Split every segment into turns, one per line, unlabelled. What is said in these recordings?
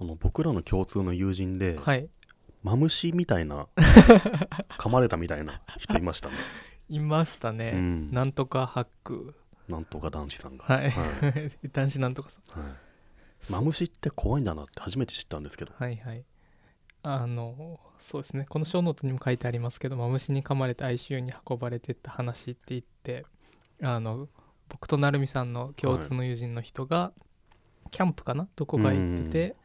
あの僕らの共通の友人で、
はい
マムシみたい な噛まれたみたいな人いましたね、
いましたね、
うん
なんとかハック
なんとか男子さ んが、
はい、
は
男子なんとかさん
はいマムシって怖いんだなって初めて知ったんですけど
はいはいあのそうですねこのショーノートにも書いてありますけどマムシに噛まれて ICU に運ばれてった話って言ってあの僕と成美さんの共通の友人の人が、キャンプかなどこか行ってて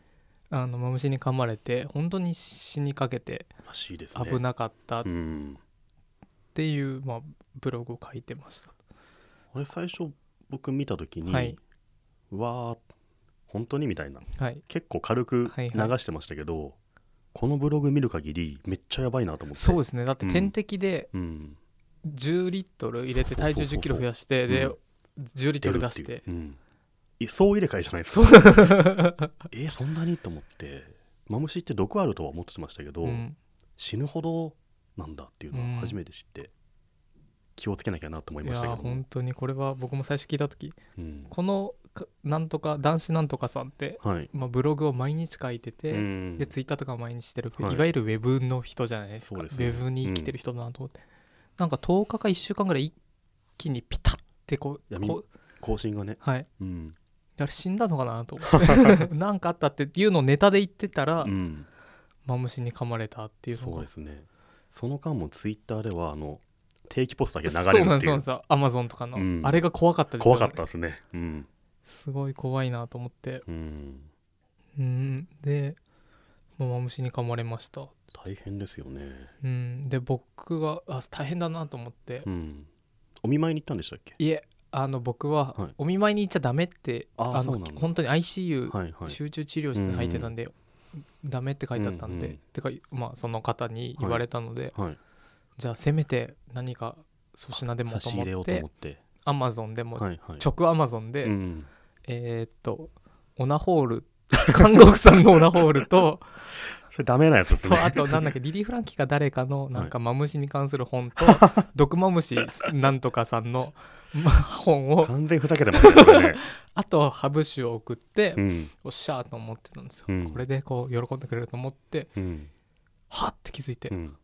あのマムシに噛まれて本当に死にかけて
らしいですね
危なかったっ
うん
ていう、まあ、ブログを書いてました
あれ最初僕見た時に、
はいう
わー本当にみたいな
はい
結構軽く
はい
流
はい
してましたけど、このブログ見る限りめっちゃやばいなと思って
そうですねだって
うん
点滴で、
うん、
10リットル入れて体重
そうそう
1
そうそう
0キロ増やしてで、
うん
10リットル出
っ
して
いう
て、
うん、えそう入れ替えじゃないです
そう
か えそんなにと思ってマムシって毒あるとは思ってましたけど、
うん
死ぬほどなんだっていうの
うん
は初めて知って、気をつけなきゃなと思い
い
ま
や
したけ
ー
ども
本当にこれは僕も最初聞いた時
うん
このかなんとか男子なんとかさんって、
はい、
まあ、ブログを毎日書いてて、
うん
でツイッターとかも毎日してる、
はい
い、わゆるウェブの人じゃないですか
そうですね
ウェブに生きてる人だなと思って、なんか10日か1週間ぐらい一気にピタッてこう
闇
こう
更新がね、
はい
うん
あれ死んだのかなと思 ってなんかあったっていうのをネタで言ってたら、
うん、
マムシに噛まれたっていうの
そう
が
ですねその間もツイッターではあの定期ポストだけ流
そう
れる
なん
って
ですそ
い
うなん
う
ですアマゾンとかの、
うん
あれが怖かったですよ
怖
ね
かったですねうん、
すごい怖いなと思って
うん、
うんでもうマムシに噛まれました
大変ですよね
うんで僕があ大変だなと思って、
うんお見舞いに行ったんでしたっけ
いえあの僕は
はい
お見舞いに行っちゃダメって、
あー
あ
そう
の
なんだ
本当に ICU、
はいはい
集中治療室に入ってたんで、ダメって書いてあったんで、
うんうん
てかまあその方に言われたので、
はい
じゃあせめて何か粗品でも
差
と
し入れよ
思っ
うと
て
思って
アマゾンでも、
はいはい
直アマゾンで、
うん、
えーっと、オナホール、 韓国産のオナホール と、
それダメなやつですね
とあと、なんだっけ、リリー・フランキーか誰かの、なんか、マムシに関する 本と、毒マムシなんとかさんの、ま、本を、
完全にふざけてますねこれね、
あと、ハブ酒を送って
う、ん
おっしゃーと思ってたんですよ。
うん
これで、こう、喜んでくれると思って、
うん
はって気づいて、
うん、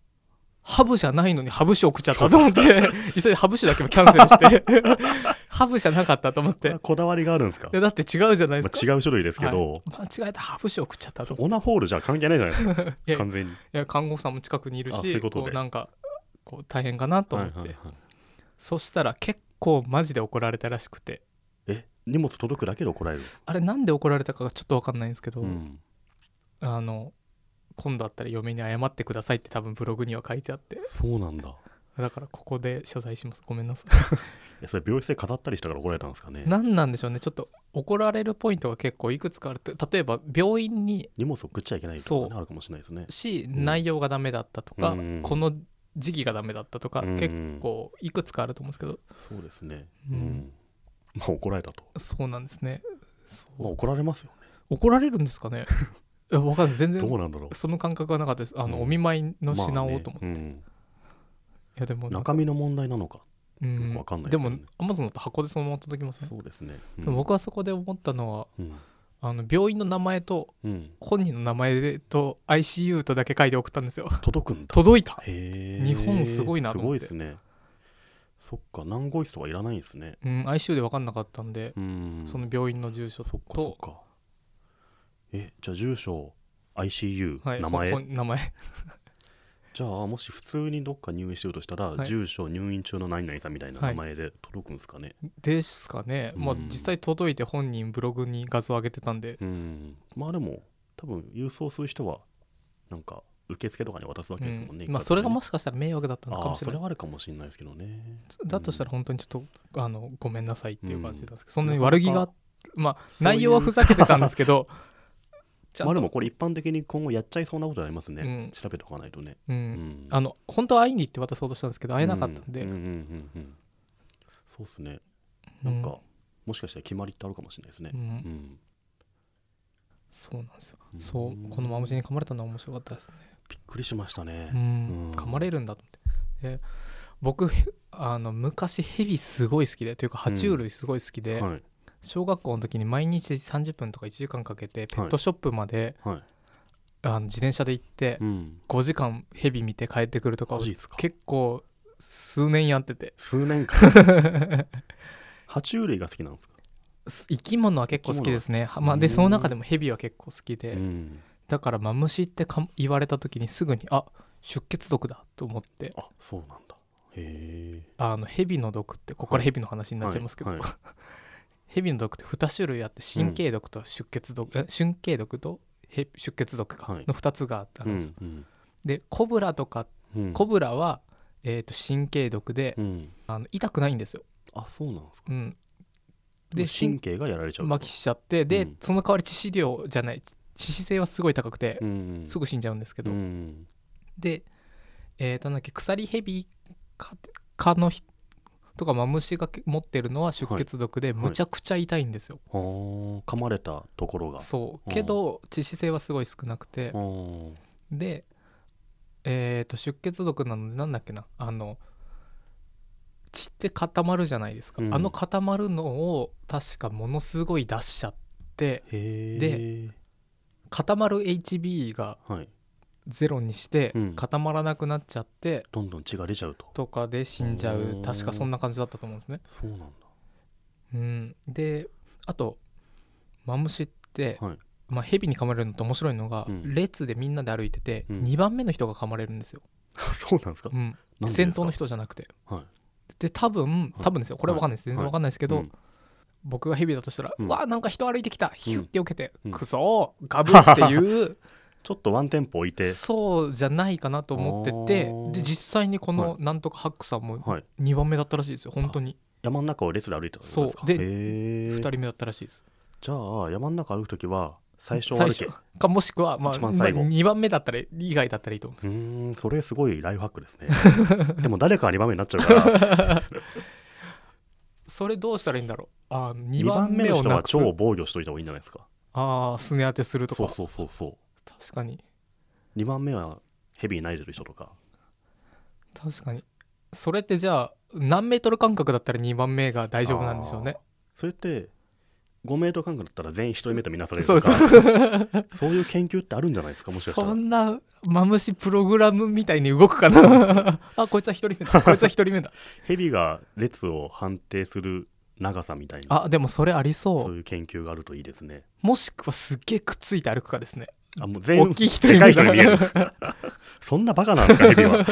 ハブじゃないのにハブ酒送っちゃったと思って、 急いでハブ酒だけもキャンセ ルして、ハブじゃなかったと思っ
これ
て
は。こだわりがあるんですか
いやだって違うじゃないで
ます
か。
あ、違う種類ですけど、
はい間違えたハブ酒送っちゃったと思って
オナホールじゃ関係ないじゃないです
い
か
や
完全に
いや看護師さんも近くにいる
あそう
し
いうことで
こうなんかこう大変かなと思って、
はいはいはい
そしたら結構マジで怒られたらしくて
え荷物届くだけで怒られる、
あれなんで怒られたかがちょっと分かんないんですけど、
うん、
あの今度あったら嫁に謝ってくださいって多分ブログには書いてあって
そうなんだ
だからここで謝罪しますごめんなさ
えそれ病室で飾ったりしたから怒られたんですかね
い何なんでしょうねちょっと怒られるポイントが結構いくつかあるって例えば病院に
荷物送っちゃいけないとか、
そ
ね、あるかもしれないですね
し
ん
内容がダメだったとか、
うん
この時期がダメだったとか、
うん
結構いくつかあると思うんですけど
そうですね
う
うんん、まあ怒られたと、
そうなんですねそう
まあ、怒られますよね
怒られるんですか ねいやわかんない全
どう
然
なんだろう
その感覚はなかったですあの、
うん
お見舞いの品をと思って、
まあね
いやでも
うん、
なんか
中身の問題なのか、
うん
よくわかんない
で
ですけど
も
ね
アマゾンだと箱でそのまま届きますね
そうですね、うん
でも僕はそこで思ったのは
うん
あの病院の名前と
うん、
本人の名前と ICU とだけ書いて送ったんですよ
届くんだ
届いた
へえ
日本すごいな
す
と思
ご
っ
い
て
ですねそっか何号室とかいらないんですね
うん ICU で分かんなかったんで、
うん
その病院の住所
そっかそ
と
っかえじゃあ住所 ICU、
はい
名前
ほん名前
じゃあもし普通にどっか入院してるとしたら、
はい
住所入院中の何々さんみたいな名前で届くんですかね、
ですかね、まあ
うん
実際届いて本人ブログに画像上げてたんで
うんまあでも多分郵送する人はなんか受付とかに渡すわけですもんね、
うんまあ、それがも
し
しかしたら迷惑だったのかもしれ
そ
ない
れはあるかもしれないですけどね
だとしたら本当にちょっと、あのごめんなさいっていう感じなんですけど、そんなに
なかなか
悪気がまあ
そういう
内容はふざけてたんですけどちゃん
ま
と、
あでもこれ一般的に今後やっちゃいそうなことになりますね、
うん
調べておかないとね、
うん
うん
あの本当は会いに行って渡そうとしたんですけど会えなかったんで、
ううんうんうんうんそうですね
う
なんか、もしかしたら決まりってあるかもしれないですね
う、ん
うん
そうなんですよ、そうこのマムシ
びっ
に噛まれたのは面白かったですね、
くりしましたね、
うん
うん
噛まれるんだと思ってで僕へあの昔ヘビすごい好きでというか爬虫類すごい好きで、
はい
小学校の時に毎日30分とか1時間かけてペットショップまで、
はい
あの自転車で行って
うん
5時間ヘビ見て帰ってくるとかを
マジですか
結構数年やってて
数年 間爬虫類が好きなんですか、
生き物は結構好きですね、
き物
まあ、でその中でもヘビは結構好きで、
うん、
だからマムシってか言われた時にすぐにあ出血毒だと思って
あそうなんだへえ
あのヘビの毒ってここからヘビの話になっちゃいますけど、
はい はい
ヘビの毒って2種類あって神経毒と出血毒、え神経毒とヘ出血毒か
はい
の2つがあ
う
るんですよ、
んうん
でコブラとか
うん
コブラは、えー、と神経毒で、
うん
あの痛くないんですよ、
あそうなんですか
うん、
で
で
も神経がやられちゃう
麻痺しちゃってで、
うん
その代わり致死量じゃない致死性はすごい高くて、
うん
すぐ死んじゃうんですけど、
うん
で、えー、となんだっけ鎖ヘビか蚊のひとかマムシがけ持ってるのは出血毒で、
はい
むちゃくちゃ痛いんですよ、
あー噛まれたところが
そうけど致死性はすごい少なくて
あー
でえー、と出血毒なのでなんだっけなあの血って固まるじゃないですか、
うん
あの固まるのを確かものすごい出しちゃって
へえ
で固まる HB が
はい
ゼロにして
うん
固まらなくなっちゃって、
どんどん血が出ちゃうと
とかで死んじゃ
う
うん確かそんな感じだったと思うんですね。
そうなんだ
うん、であとマムシって、
はい
まあ、ヘビに噛まれるのって面白いのが、
うん
列でみんなで歩いてて、
うん
2番目の人が噛まれるんですよ、
あ そうなんですか
うん、
なんでですか
先頭の人じゃなくて。
はい
で多分
い
多分ですよこれは分かんないです、
はい
全然分かんないですけど、
うん
僕がヘビだとしたら、
う
うんわなんか人歩いてきたヒュッて避けて、
うん
クソーガブって いう
ちょっとワンテンポ置いて
そうじゃないかなと思って
あー
てで実際にこ
は
のなんとかハックさんも
はい
2番目だったらしいですよ本当に
山の中を列で歩いてたんですか
そうで
へえ
2人目だったらしいです。
じゃあ山の中歩くときは最初歩け
最初かもしくは、まあ、
一番最後
まあ2番目だったら以外だったらいいと思
う
います、
ーんそれすごいライフハック ですねでも誰かが2番目になっちゃうから
それどうしたらいいんだろうあ
2
2
番
番
目
目
の
を
人
な
は
くす
超防御しといた方がいいんじゃないですか
ああすね当てすると
そ
か
うそうそうそ
確かに
う2番目はヘビー投げてる人とか
確かにそれってじゃあ何メートル間隔だったら2番目が大丈夫なんでしょうね
それって5メートル間隔だったら全員1人目とみなされるとか
そう
そういう研究ってあるんじゃないですかもしかした
そ
ら
んなマムシプログラムみたいに動く かなあこいつは1人目だこいつは1人目だ
ヘビが列を判定する長さみたいな
あでもそれありそう
そういう研究があるといいですね
もしくはすっげえくっついて歩くかですね
あもう全
大
員
きい人
で
に
かい人に見える そんなバカなんですかヘビ は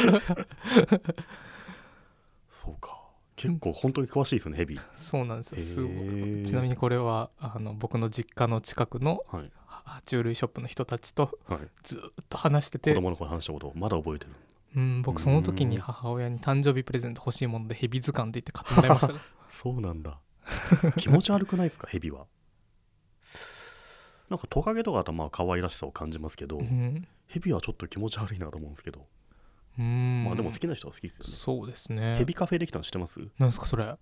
そうか結構本当に詳しいですねヘビ
そうなんですよすご
へ
い
ー
ちなみにこれはあの僕の実家の近くの
はい、
爬虫類ショップの人たちと
はい、
ずーっと話して
子
て、
供の頃話したことをまだ覚えてる
うん、僕その時に母親に誕生日プレゼント欲しいものでヘビ図鑑って言って買ってもらいました から
そうなんだ気持ち悪くない ですかヘビはなんかトカゲとかだとまあ可愛らしさを感じますけど、
うん、
ヘビはちょっと気持ち悪いなと思うんですけど、
うん
まあでも好きな人は好きですよね、
そうですね
ヘビカフェできたの知ってます
なんですかそれ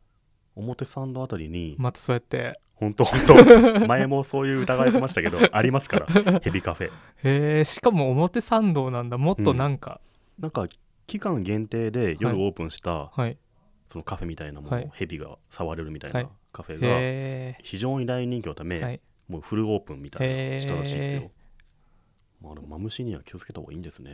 表参道あたりに、
またそうやって
本当 本当前もそういう疑われてましたけどありますからヘビカフェ
へえしかも表参道なんだもっとなんか、
なんか期間限定で夜オープンした、
はい
そのカフェみたいなも
は
の
い
ヘビが触れるみたい
は
ないカフェが
へ
非常に大人気のため、
え、はい、
もうフルオープンみたい
へ
な
ー
したらしいですよ、まあ、でもマムシには気をつけた方がいいん ですね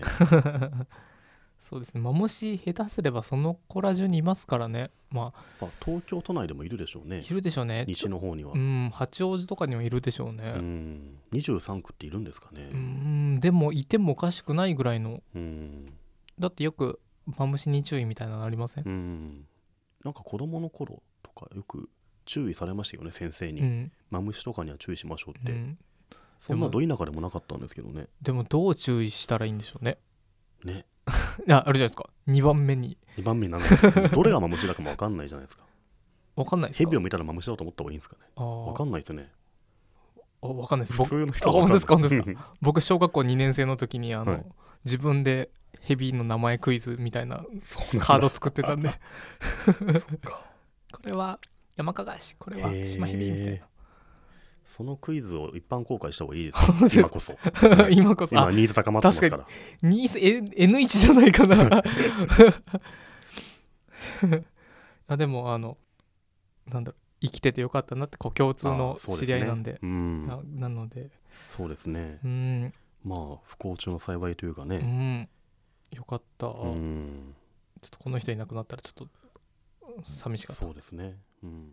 そうですねマムシ下手すればその子ら中にいますからねまあ
まあ東京都内でもいるでしょうね
いるでしょうね
西の方には
うん八王子とかにもいるでしょうね、
うん23区っているんですかね
うーんでもいてもおかしくないぐらいの
うん
だってよくマムシに注意みたいなのありません、
うんなんか子供の頃とかよく注意されましたよね先生に、
うん
マムシとかには注意しましょうっ
う
て、
ん、
そんなど田舎でもなかったんですけどね
でもどう注意したらいいんでしょうね
ね
いやあるじゃないですか2番目に
2番目になん かどれがマムシだかも分かんないじゃないですか
分かんないです
ヘ
か
ビを見たらマムシだと思った方がいいんですかね
あー
分かんないですよね
あ分かんないです
普
僕
通の人は分
あ本当ですか
かん ない
僕小学校2年生の時にあの、
はい
自分でヘビの名前クイズみたいな
そうなん
カー
だ
ド作ってたんで
そうか
これは山加賀市これは
へー
島ヘビみたい
そのクイズを一般公開した方がい いで
本当ですす
今こそ
な今こそ
今
あ
ニーズ高まってますから
ニーズ N- N1 じゃないかな あでもあのなんだろう生きててよかったなってこう共通の知り合いなんで
あー
な
そうですね
なので
うん、そうですね
うん、
まあ不幸中の幸いというか
う
ね、
ん、よかった、
うん、
ちょっとこの人いなくなったらちょっと寂しかった
そうですね、うん